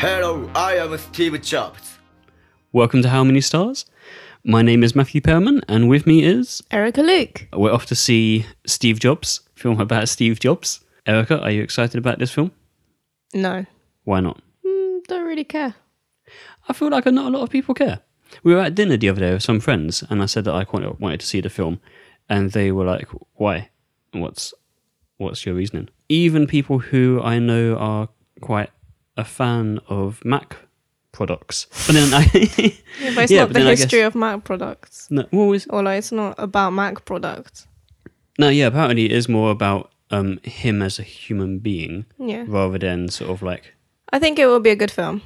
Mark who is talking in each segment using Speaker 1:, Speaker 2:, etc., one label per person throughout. Speaker 1: Hello, I am Steve Jobs.
Speaker 2: Welcome to How Many Stars? My name is Matthew Perman, and with me is.
Speaker 3: Erica Luke.
Speaker 2: We're off to see Steve Jobs, film about Steve Jobs. Erica, are you excited about this film?
Speaker 3: No.
Speaker 2: Why not?
Speaker 3: Mm, don't really care.
Speaker 2: I feel like not a lot of people care. We were at dinner the other day with some friends, and I said that I quite wanted to see the film, and they were like, "Why? What's what's your reasoning?" Even people who I know are quite a fan of Mac products, but then I
Speaker 3: Yeah, but it's
Speaker 2: Yeah,
Speaker 3: not
Speaker 2: but
Speaker 3: the
Speaker 2: then I
Speaker 3: history
Speaker 2: guess-
Speaker 3: of Mac products.
Speaker 2: no, well, it's,
Speaker 3: Or like, it's not about Mac products.
Speaker 2: no, yeah, apparently it is more about um, him as a human being
Speaker 3: Yeah.
Speaker 2: rather than sort of like
Speaker 3: I think it will be a good film.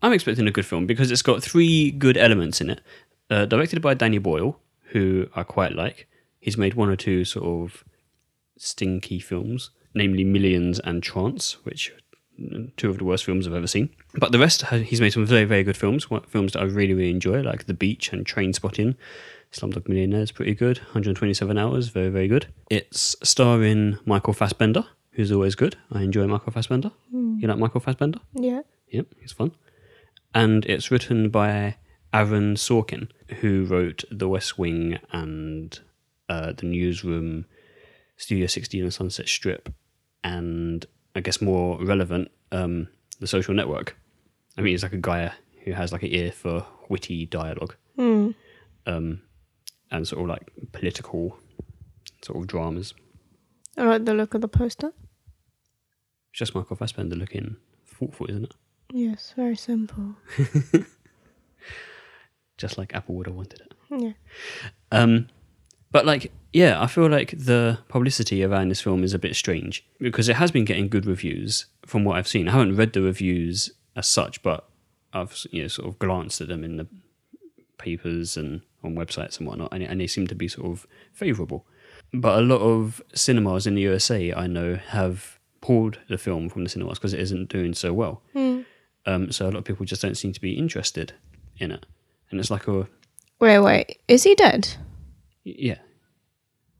Speaker 2: I'm expecting a good film because it's got three good elements in it. Uh, directed by Danny Boyle, who I quite like. He's made one or two sort of stinky films, namely Millions and Trance, which mm, two of the worst films I've ever seen. But the rest, ha- he's made some very, very good films, one- films that I really, really enjoy, like The Beach and Train Spotting. Slumdog Millionaire is pretty good. 127 Hours, very, very good. It's starring Michael Fassbender, who's always good. I enjoy Michael Fassbender. You like Michael Fassbender?
Speaker 3: Yeah.
Speaker 2: Yep, it's fun. And it's written by Aaron Sorkin, who wrote The West Wing and uh, The Newsroom, Studio 16 and Sunset Strip, and I guess more relevant, um, The Social Network. I mean, he's like a guy who has like an ear for witty dialogue um, and sort of like political sort of dramas.
Speaker 3: I like the look of the poster.
Speaker 2: It's just Michael Fassbender looking thoughtful, isn't it?
Speaker 3: Yes, very simple.
Speaker 2: Just like Apple would have wanted it.
Speaker 3: Yeah.
Speaker 2: Um, but like, yeah, I feel like the publicity around this film is a bit strange because it has been getting good reviews from what I've seen. I haven't read the reviews as such, but I've you know sort of glanced at them in the papers and on websites and whatnot, and, and they seem to be sort of favourable. But a lot of cinemas in the USA, I know, have pulled the film from the cinemas because it isn't doing so well. Um, so a lot of people just don't seem to be interested in it, and it's like a
Speaker 3: Wait, wait. Is he dead?
Speaker 2: yeah,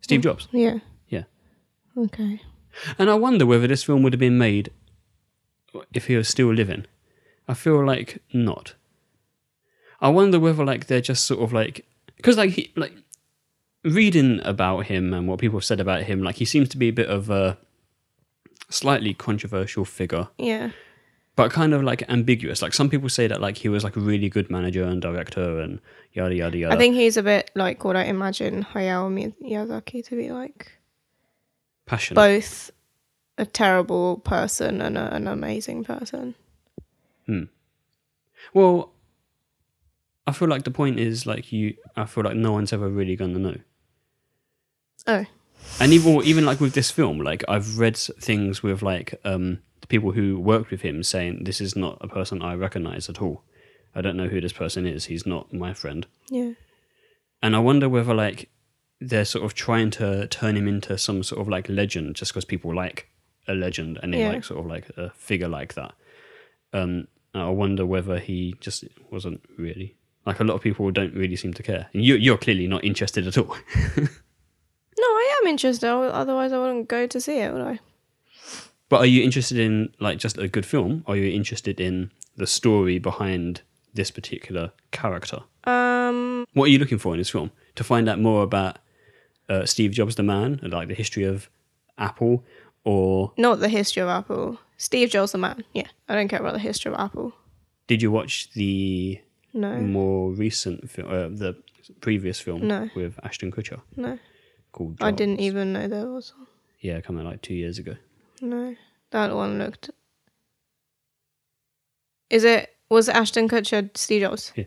Speaker 2: Steve
Speaker 3: Hmm.
Speaker 2: Jobs.
Speaker 3: Yeah.
Speaker 2: Yeah.
Speaker 3: Okay.
Speaker 2: And I wonder whether this film would have been made if he was still living. I feel like not. I wonder whether like they're just sort of like because like he like reading about him and what people have said about him, like he seems to be a bit of a slightly controversial figure,
Speaker 3: Yeah.
Speaker 2: but kind of like ambiguous. Like some people say that like he was like a really good manager and director and yada yada yada.
Speaker 3: I think he's a bit like what I imagine Hayao Mi- Miyazaki to be like.
Speaker 2: passion.
Speaker 3: Both a terrible person and a, an amazing person.
Speaker 2: Well, I feel like the point is like you. I feel like no one's ever really going to know.
Speaker 3: Oh.
Speaker 2: and even even like with this film, like I've read s- things with like um, the people who worked with him saying this is not a person I recognize at all. I don't know who this person is. He's not my friend.
Speaker 3: Yeah.
Speaker 2: And I wonder whether like they're sort of trying to turn him into some sort of like legend just because people like a legend and they
Speaker 3: Yeah.
Speaker 2: like sort of like a figure like that. Um, and I wonder whether he just wasn't really like a lot of people don't really seem to care. And you you're clearly not interested at all.
Speaker 3: No, I am interested. o- Otherwise, I wouldn't go to see it, would I?
Speaker 2: But are you interested in like just a good film? Or are you interested in the story behind this particular character?
Speaker 3: Um,
Speaker 2: What are you looking for in this film? To find out more about uh, Steve Jobs, the man, and like the history of Apple, or
Speaker 3: not the history of Apple. Steve Jobs, the man. Yeah, I don't care about the history of Apple.
Speaker 2: did you watch the
Speaker 3: No,
Speaker 2: more recent film, uh, the previous film
Speaker 3: No.
Speaker 2: with Ashton Kutcher
Speaker 3: no,
Speaker 2: called?
Speaker 3: I
Speaker 2: Jobs?
Speaker 3: didn't even know there was. one.
Speaker 2: Yeah, come out like two years ago.
Speaker 3: No, that one looked. Is it was Ashton Kutcher Steve Jobs?
Speaker 2: Yeah.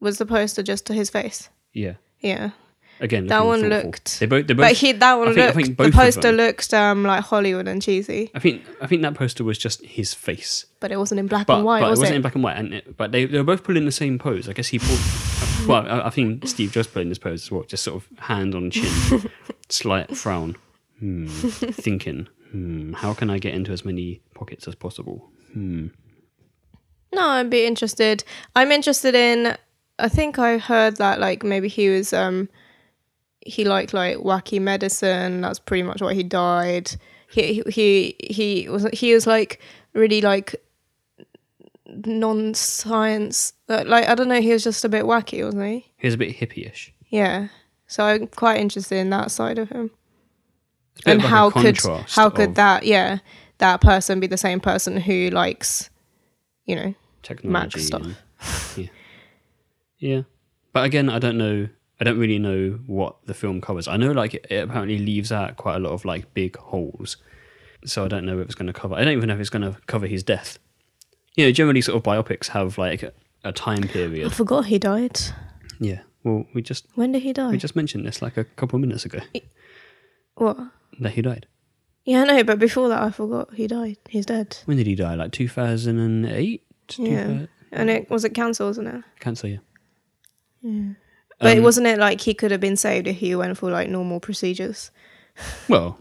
Speaker 3: Was the poster just to his face?
Speaker 2: Yeah,
Speaker 3: Yeah,
Speaker 2: again,
Speaker 3: That
Speaker 2: looking
Speaker 3: one
Speaker 2: thoughtful.
Speaker 3: looked-
Speaker 2: They both. They both.
Speaker 3: but he that one
Speaker 2: I think- I
Speaker 3: looked.
Speaker 2: think both of
Speaker 3: the poster
Speaker 2: them.
Speaker 3: looked um like Hollywood and cheesy,
Speaker 2: I think. I think that poster was just his face.
Speaker 3: but it wasn't in black
Speaker 2: but,
Speaker 3: and white,
Speaker 2: but
Speaker 3: was
Speaker 2: it wasn't
Speaker 3: it?
Speaker 2: in black and white. And it, but they, they were both pulling the same pose. I guess he pulled. uh, well, I, I think Steve Jobs pulling this pose as well, just sort of hand on chin, slight frown, hmm, thinking, hmm, how can I get into as many pockets as possible?
Speaker 3: No, I'd be interested. I'm interested in I think I heard that like maybe he was um he liked like wacky medicine. That's pretty much why he died. He he he was he was like really like non-science uh, like I don't know. He was just a bit wacky, wasn't he?
Speaker 2: He was a bit hippie-ish.
Speaker 3: Yeah. So I'm quite interested in that side of him
Speaker 2: It's a bit
Speaker 3: and
Speaker 2: of like a
Speaker 3: how could
Speaker 2: contrast
Speaker 3: how could
Speaker 2: of
Speaker 3: that yeah that person be the same person who likes you know
Speaker 2: technology
Speaker 3: stuff.
Speaker 2: and- yeah, yeah. But again, I don't know. I don't really know what the film covers. I know like it, it apparently leaves out quite a lot of like big holes, so I don't know if it's going to cover. I don't even know if it's going to cover his death. You know, generally sort of biopics have like a, a time
Speaker 3: I
Speaker 2: period.
Speaker 3: forgot he died
Speaker 2: Yeah. Well, we just
Speaker 3: when did he die
Speaker 2: we just mentioned this like a couple of minutes ago
Speaker 3: what
Speaker 2: that he died.
Speaker 3: yeah I know but before that I forgot he died he's dead
Speaker 2: When did he die? Like two thousand and eight.
Speaker 3: yeah and it was it cancer wasn't it
Speaker 2: Cancer. Yeah.
Speaker 3: but
Speaker 2: Um,
Speaker 3: wasn't it like he could have been saved if he went for like normal procedures
Speaker 2: Well,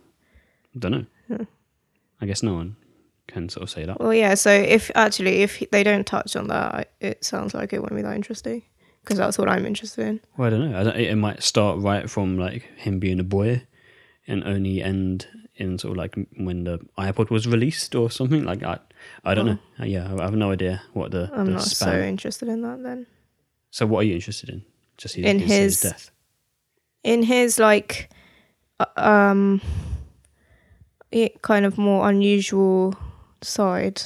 Speaker 2: I don't know. I guess no one can sort of say that.
Speaker 3: well yeah so if actually if they don't touch on that I- it sounds like it won't be that interesting because that's what I'm interested in
Speaker 2: Well, I don't know. I don't, it might start right from like him being a boy, and only end in sort of like when the iPod was released or something like that. I don't know. Uh, Yeah, I have no idea what the,
Speaker 3: I'm
Speaker 2: the
Speaker 3: not so
Speaker 2: span.
Speaker 3: interested in that then
Speaker 2: So, what are you interested in? Just his,
Speaker 3: In
Speaker 2: his, his
Speaker 3: his-
Speaker 2: death.
Speaker 3: in his like uh, um it kind of more unusual side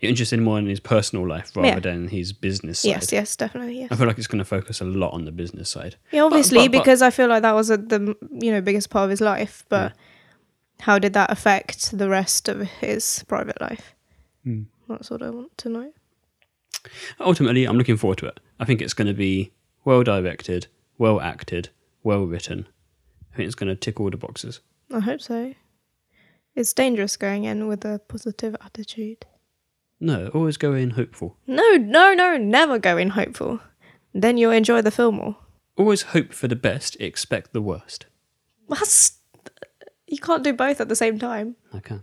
Speaker 2: You're interested more in his personal life rather
Speaker 3: Yeah.
Speaker 2: than his business side.
Speaker 3: yes yes definitely yes
Speaker 2: I feel like it's going to focus a lot on the business side.
Speaker 3: yeah obviously
Speaker 2: but- but-
Speaker 3: because i feel like that was a, the you know biggest part of his life but how did that affect the rest of his private life
Speaker 2: Hmm.
Speaker 3: that's what i want to know
Speaker 2: ultimately, I'm looking forward to it. I think it's going to be well directed, well acted, well written. I think it's going to tick all the boxes.
Speaker 3: i hope so it's dangerous going in with a positive attitude
Speaker 2: No, always go in hopeful.
Speaker 3: no no no never go in hopeful then you'll enjoy the film more
Speaker 2: Always hope for the best, expect the worst.
Speaker 3: that's you can't do both at the same time
Speaker 2: I can.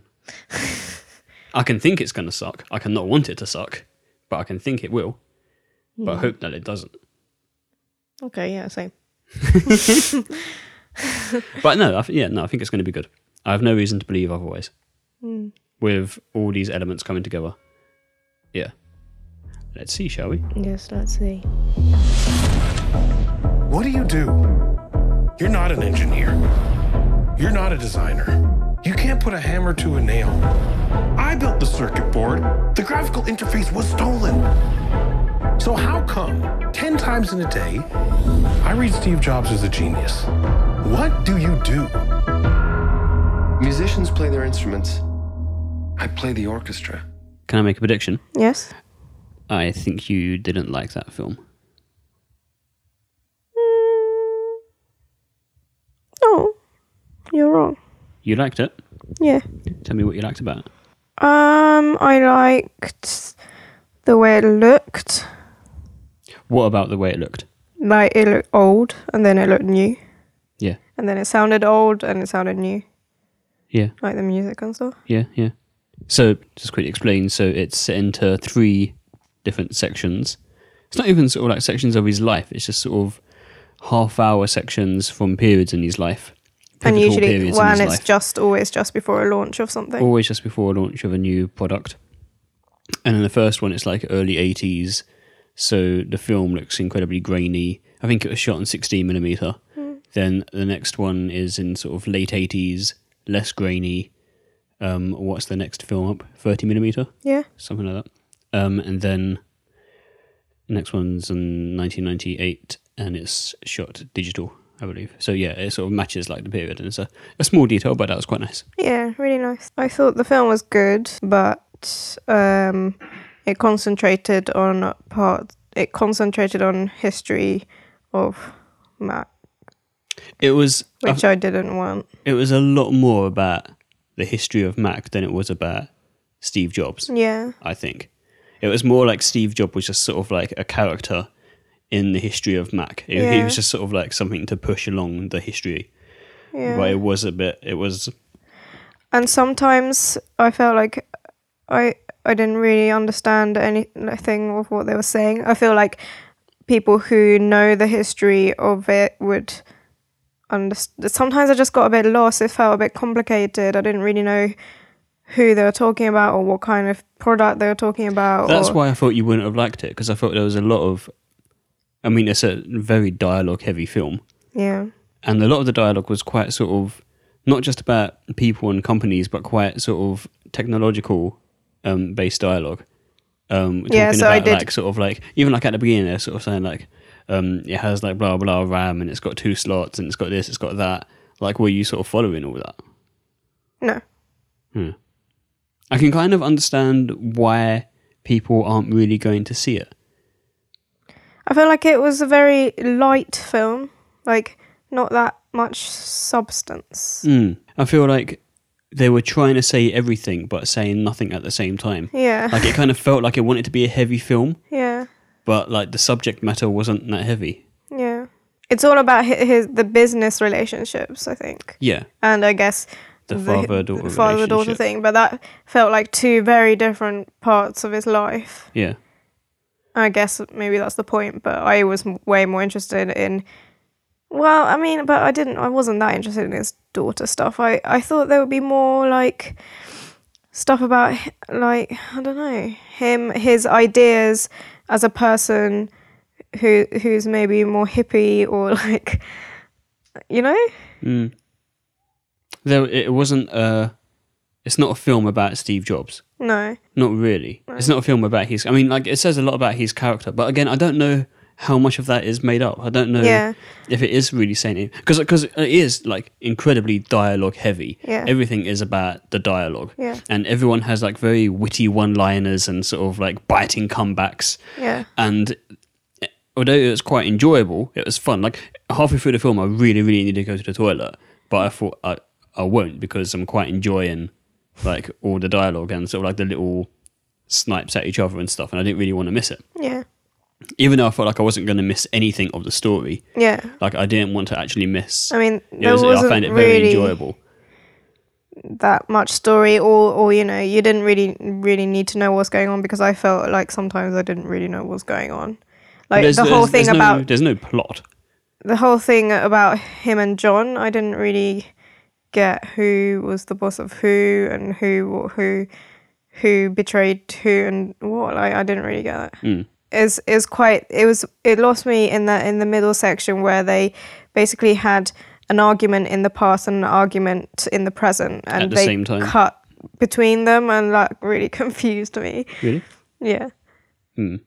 Speaker 2: I can think it's going to suck. I can not want it to suck, but I can think it will. But I hope that it doesn't.
Speaker 3: Okay, yeah, same.
Speaker 2: But no, I th- yeah, no, I think it's going to be good. I have no reason to believe otherwise.
Speaker 3: Hmm.
Speaker 2: With all these elements coming together. Yeah. Let's see, shall we?
Speaker 3: Yes, let's see.
Speaker 4: What do you do? You're not an engineer. You're not a designer. You can't put a hammer to a nail. I built the circuit board. The graphical interface was stolen. So, how come 10 times in a day I read Steve Jobs as a genius? What do you do?
Speaker 5: Musicians play their instruments. I play the orchestra.
Speaker 2: Can I make a prediction?
Speaker 3: Yes.
Speaker 2: I think you didn't like that film.
Speaker 3: Oh, you're wrong.
Speaker 2: You liked it.
Speaker 3: Yeah.
Speaker 2: Tell me what you liked about it.
Speaker 3: Um, I liked the way it looked.
Speaker 2: What about the way it looked?
Speaker 3: Like it looked old, and then it looked new,
Speaker 2: Yeah,
Speaker 3: and then it sounded old, and it sounded new,
Speaker 2: yeah,
Speaker 3: like the music and stuff.
Speaker 2: yeah, yeah. So, just quickly explain. So, it's set into three different sections. It's not even sort of like sections of his life. It's just sort of half-hour sections from periods in his life,
Speaker 3: And
Speaker 2: pivotal
Speaker 3: usually,
Speaker 2: periods
Speaker 3: well,
Speaker 2: in
Speaker 3: and
Speaker 2: his
Speaker 3: it's
Speaker 2: life,
Speaker 3: just always just before a launch of something.
Speaker 2: always just before launch of a new product. And in the first one, it's like early '80s, so the film looks incredibly grainy. I think it was shot in 16 millimeter. Then the next one is in sort of late 80s, less grainy. Um, what's the next film up? 30 millimeter,
Speaker 3: Yeah.
Speaker 2: something like that. Um, and then the next one's in 1998, and it's shot digital, I believe. So yeah, it sort of matches like the period, and it's a, a small detail, but that was quite nice.
Speaker 3: Yeah, really nice. I thought the film was good, but um, it concentrated on part. It concentrated on history of Mac,
Speaker 2: Uh-huh. It was I
Speaker 3: which I didn't want.
Speaker 2: it was a lot more about the history of Mac than it was about Steve Jobs.
Speaker 3: Yeah,
Speaker 2: I think it was more like Steve Jobs was just sort of like a character in the history of Mac. He- He
Speaker 3: Yeah.
Speaker 2: was just sort of like something to push along the history,
Speaker 3: yeah.
Speaker 2: but it was a bit. It was
Speaker 3: And sometimes I felt like I I didn't really understand anything of what they were saying. I feel like people who know the history of it would understand. Sometimes I just got a bit lost. It felt a bit complicated. I didn't really know who they were talking about or what kind of product they were talking about.
Speaker 2: That's
Speaker 3: or-
Speaker 2: why I thought you wouldn't have liked it because I thought there was a lot of. I mean, it's a very dialogue heavy film,
Speaker 3: Yeah.
Speaker 2: and a lot of the dialogue was quite sort of not just about people and companies, but quite sort of technological um, based dialogue. Um,
Speaker 3: Yeah,
Speaker 2: talking
Speaker 3: so I
Speaker 2: about,
Speaker 3: did-
Speaker 2: like sort of like even like at the beginning, they're sort of saying like um, it has like blah blah RAM and it's got two slots and it's got this, it's got that. Like, were you sort of following all that?
Speaker 3: No.
Speaker 2: I can kind of understand why people aren't really going to see it.
Speaker 3: I feel like it was a very light film, like not that much substance.
Speaker 2: Mm. I feel like they were trying to say everything but saying nothing at the same time.
Speaker 3: Yeah.
Speaker 2: Like it kind of felt like it wanted to be a heavy film,
Speaker 3: yeah.
Speaker 2: but like the subject matter wasn't that heavy.
Speaker 3: Yeah. It's all about hi- his the business relationships, I think.
Speaker 2: Yeah.
Speaker 3: And I guess
Speaker 2: The father-daughter
Speaker 3: the father-daughter
Speaker 2: relationship.
Speaker 3: thing, but that felt like two very different parts of his life.
Speaker 2: Yeah.
Speaker 3: I guess maybe that's the point, but I was m- way more interested in well, I mean, but I didn't I wasn't that interested in his daughter stuff. I I thought there would be more like stuff about h- like I don't know, him his ideas as a person who who's maybe more hippie or like you know?
Speaker 2: Though it wasn't a it's not a film about Steve Jobs.
Speaker 3: No.
Speaker 2: Not really. It's not a film about his I mean like it says a lot about his character, but again, I don't know how much of that is made up. I don't know
Speaker 3: Yeah.
Speaker 2: if it is really saying because because it is like incredibly dialogue heavy.
Speaker 3: Yeah.
Speaker 2: Everything is about the dialogue.
Speaker 3: Yeah.
Speaker 2: And everyone has like very witty one-liners and sort of like biting comebacks.
Speaker 3: Yeah.
Speaker 2: And eh, although it was quite enjoyable, it was fun. Like halfway through the film, I really really needed to go to the toilet, but I thought I I won't because I'm quite enjoying like all the dialogue and sort of like the little snipes at each other and stuff, and I didn't really want to miss it.
Speaker 3: Yeah.
Speaker 2: Even though I felt like I wasn't going to miss anything of the story,
Speaker 3: Yeah.
Speaker 2: like I didn't want to actually miss.
Speaker 3: I mean,
Speaker 2: it
Speaker 3: there
Speaker 2: was, I
Speaker 3: wasn't
Speaker 2: found it very
Speaker 3: really
Speaker 2: enjoyable.
Speaker 3: that much story, or or you know, you didn't really really need to know what's going on because I felt like sometimes I didn't really know what's going on. Like
Speaker 2: There's-
Speaker 3: the whole
Speaker 2: there's-
Speaker 3: thing
Speaker 2: there's
Speaker 3: about
Speaker 2: no, there's no plot.
Speaker 3: the whole thing about him and John, I didn't really get who was the boss of who and who what who who betrayed who and what. Like I didn't really get that.
Speaker 2: Mm.
Speaker 3: Is is quite it was it lost me in the in the middle section where they basically had an argument in the past and an argument in the present and
Speaker 2: the
Speaker 3: they
Speaker 2: same time.
Speaker 3: cut between them and that really confused me.
Speaker 2: Really?
Speaker 3: Yeah.
Speaker 2: Mm.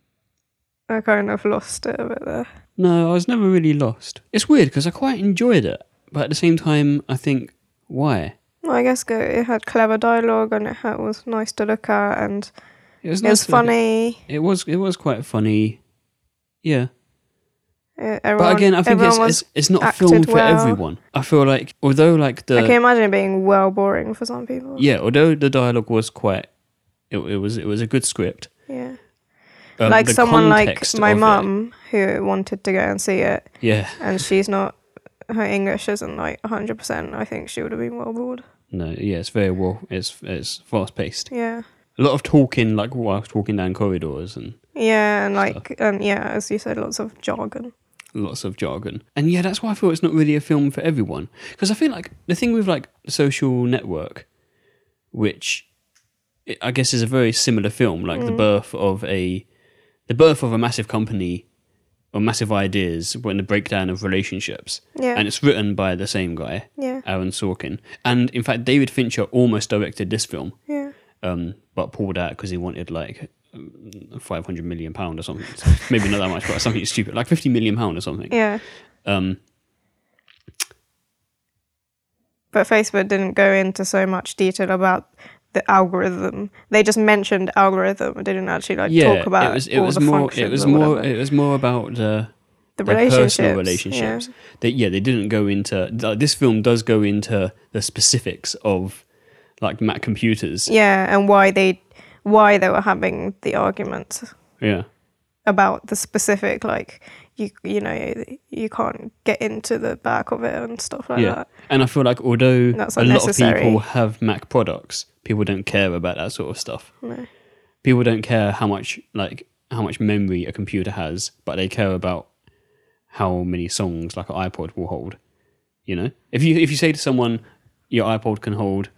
Speaker 3: I kind of lost it a bit there.
Speaker 2: No, I was never really lost. It's weird because I quite enjoyed it, but at the same time, I think why?
Speaker 3: Well, I guess go- it had clever dialogue and it had, was nice to look at and
Speaker 2: It was,
Speaker 3: it was
Speaker 2: nice to-
Speaker 3: funny.
Speaker 2: It was it was quite funny. Yeah.
Speaker 3: Uh, everyone,
Speaker 2: But again, I think it's,
Speaker 3: everyone was,
Speaker 2: it's it's not a
Speaker 3: acted
Speaker 2: film for
Speaker 3: well.
Speaker 2: everyone. I feel like although like the
Speaker 3: I can imagine it being well boring for some people.
Speaker 2: yeah, although the dialogue was quite it, it was it was a good script.
Speaker 3: Yeah.
Speaker 2: um,
Speaker 3: like
Speaker 2: the
Speaker 3: someone like
Speaker 2: context
Speaker 3: my
Speaker 2: of it-
Speaker 3: mum who wanted to go and see it
Speaker 2: Yeah.
Speaker 3: and she's not, her English isn't like 100%. I think she would have been well bored.
Speaker 2: No, yeah, it's very well it's it's fast paced.
Speaker 3: Yeah.
Speaker 2: A lot of talking like whilst walking down corridors and
Speaker 3: Yeah, and like, and yeah, as you said, lots of jargon.
Speaker 2: lots of jargon. And yeah, that's why I feel it's not really a film for everyone. Because I feel like the thing with like Social Network, which i- I guess is a very similar film, like
Speaker 3: Mm.
Speaker 2: the birth of a the birth of a massive company or massive ideas when the breakdown of relationships.
Speaker 3: Yeah.
Speaker 2: And it's written by the same guy,
Speaker 3: Yeah.
Speaker 2: Aaron Sorkin. And in fact, David Fincher almost directed this film,
Speaker 3: Yeah.
Speaker 2: um, but pulled out because he wanted like. um, 500 million pound or something So maybe not that much but something stupid like 50 million pound or something
Speaker 3: Yeah.
Speaker 2: um,
Speaker 3: but Facebook didn't go into so much detail about the algorithm. They just mentioned algorithm. They didn't actually like
Speaker 2: yeah,
Speaker 3: talk about
Speaker 2: it was it
Speaker 3: all
Speaker 2: was
Speaker 3: the
Speaker 2: more
Speaker 3: functions
Speaker 2: it was
Speaker 3: or
Speaker 2: more
Speaker 3: whatever.
Speaker 2: it was more about the,
Speaker 3: the
Speaker 2: their
Speaker 3: relationships.
Speaker 2: personal
Speaker 3: yeah.
Speaker 2: relationships. They, yeah, they didn't go into th- this film does go into the specifics of like Mac computers.
Speaker 3: Yeah, and why they why they were having the arguments
Speaker 2: Yeah.
Speaker 3: about the specific like you you know you can't get into the back of it and stuff like
Speaker 2: Yeah.
Speaker 3: that.
Speaker 2: And I feel like although
Speaker 3: That's
Speaker 2: a lot of
Speaker 3: unnecessary.
Speaker 2: people have Mac products, people don't care about that sort of stuff.
Speaker 3: No.
Speaker 2: People don't care how much like how much memory a computer has, but they care about how many songs like an iPod will hold. You know, if you if you say to someone your iPod can hold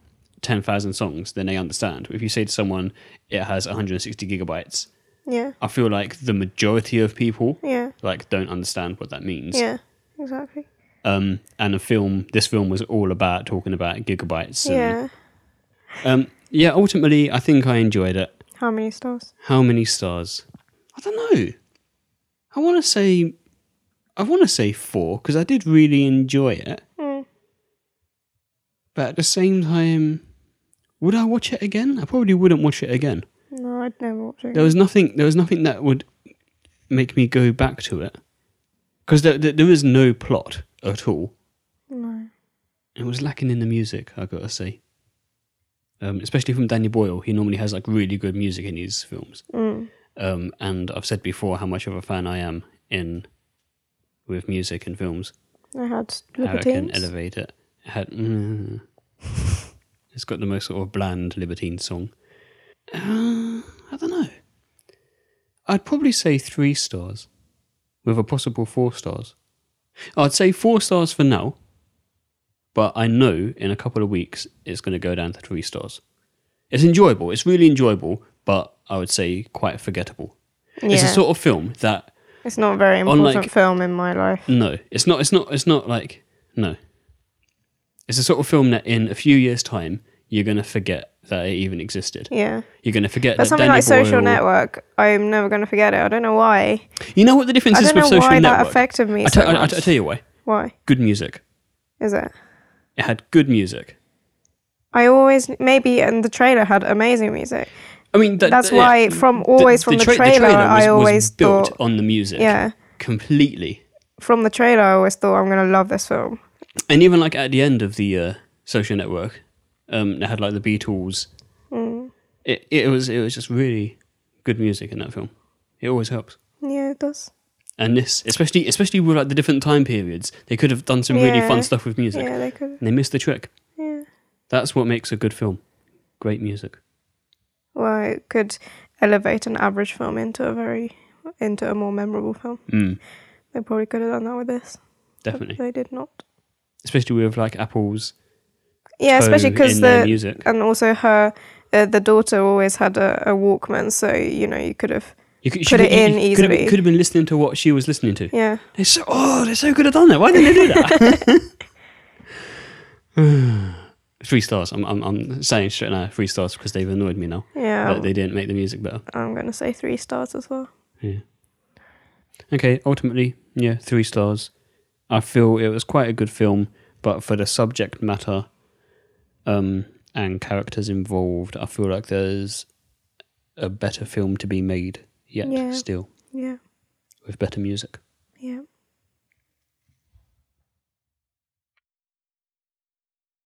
Speaker 2: ten thousand songs, then they understand. If you say to someone it has one hundred and sixty gigabytes,
Speaker 3: Yeah.
Speaker 2: I feel like the majority of people
Speaker 3: Yeah.
Speaker 2: like don't understand what that means.
Speaker 3: Yeah. Exactly.
Speaker 2: Um, and the film, this film was all about talking about gigabytes. and-
Speaker 3: Yeah.
Speaker 2: Um, yeah. Ultimately, I think I enjoyed it.
Speaker 3: How many stars?
Speaker 2: How many stars? I don't know. I want to say, I want to say four because I did really enjoy it. But at the same time, would I watch it again? I probably wouldn't watch it again.
Speaker 3: No, I'd never watch it.
Speaker 2: There was nothing. There was nothing that would make me go back to it because there, there, there was no plot at all.
Speaker 3: No.
Speaker 2: It was lacking in the music. I gotta say. Um, especially from Danny Boyle, he normally has like really good music in his films. Um, and I've said before how much of a fan I am in with music and films.
Speaker 3: I had
Speaker 2: How it can
Speaker 3: Libertines.
Speaker 2: elevate it. How- mm. it's got the most sort of bland libertine song. Uh, I don't know. I'd probably say three stars, with a possible four stars. I'd say four stars for now, but I know in a couple of weeks it's going to go down to three stars. It's enjoyable. It's really enjoyable, but I would say quite forgettable. It's a
Speaker 3: Yeah.
Speaker 2: sort of film that
Speaker 3: It's not a very important
Speaker 2: Unlike-
Speaker 3: film in my life.
Speaker 2: no, it's not. It's not. It's not like no. It's a sort of film that in a few years' time you're gonna forget that it even existed.
Speaker 3: Yeah.
Speaker 2: You're gonna forget
Speaker 3: But
Speaker 2: that
Speaker 3: something
Speaker 2: Danny
Speaker 3: like Social
Speaker 2: Boyle-
Speaker 3: Network, I'm never going to forget it. I don't know why.
Speaker 2: You know what the difference
Speaker 3: I
Speaker 2: is
Speaker 3: don't
Speaker 2: with
Speaker 3: know
Speaker 2: Social
Speaker 3: why that
Speaker 2: Network?
Speaker 3: affected me
Speaker 2: I
Speaker 3: so
Speaker 2: tell- I- I-
Speaker 3: much.
Speaker 2: I tell you why.
Speaker 3: Why
Speaker 2: Good music.
Speaker 3: is it?
Speaker 2: It had good music.
Speaker 3: I always maybe and the trailer had amazing music.
Speaker 2: I mean, that,
Speaker 3: That's
Speaker 2: yeah,
Speaker 3: why from- always from the trailer, I
Speaker 2: was- was
Speaker 3: always
Speaker 2: built
Speaker 3: thought-
Speaker 2: on the music.
Speaker 3: Yeah.
Speaker 2: completely.
Speaker 3: From the trailer, I always thought I'm going to love this film.
Speaker 2: And even like at the end of the uh, social network, um, they had like the Beatles.
Speaker 3: Mm.
Speaker 2: It it was it was just really good music in that film. It always helps.
Speaker 3: Yeah, it does.
Speaker 2: And this, especially especially with like the different time periods, they could have done some really
Speaker 3: Yeah.
Speaker 2: fun stuff with music.
Speaker 3: Yeah, they could.
Speaker 2: And they missed the trick.
Speaker 3: Yeah.
Speaker 2: That's what makes a good film. Great music.
Speaker 3: Well, it could elevate an average film into a very into a more memorable film.
Speaker 2: Mm,
Speaker 3: They probably could have done that with this. but
Speaker 2: definitely,
Speaker 3: They did not.
Speaker 2: especially with like Apple's
Speaker 3: Yeah, especially
Speaker 2: toe
Speaker 3: because
Speaker 2: in their
Speaker 3: the
Speaker 2: music.
Speaker 3: and also her uh, the daughter always had a, a Walkman, so you know you could have
Speaker 2: You could,
Speaker 3: put
Speaker 2: she-
Speaker 3: it
Speaker 2: you-
Speaker 3: in
Speaker 2: you could have,
Speaker 3: easily.
Speaker 2: could have been listening to what she was listening to.
Speaker 3: yeah.
Speaker 2: They're so oh, they're so good at done that. Why didn't they do that? three stars. I'm, I'm, I'm saying straight now three stars because they've annoyed me now.
Speaker 3: Yeah,
Speaker 2: That they didn't make the music better.
Speaker 3: I'm gonna say three stars as well.
Speaker 2: Okay, ultimately, yeah, three stars. I feel it was quite a good film, but for the subject matter um, and characters involved, I feel like there's a better film to be made yet
Speaker 3: Yeah.
Speaker 2: still
Speaker 3: Yeah,
Speaker 2: with better music.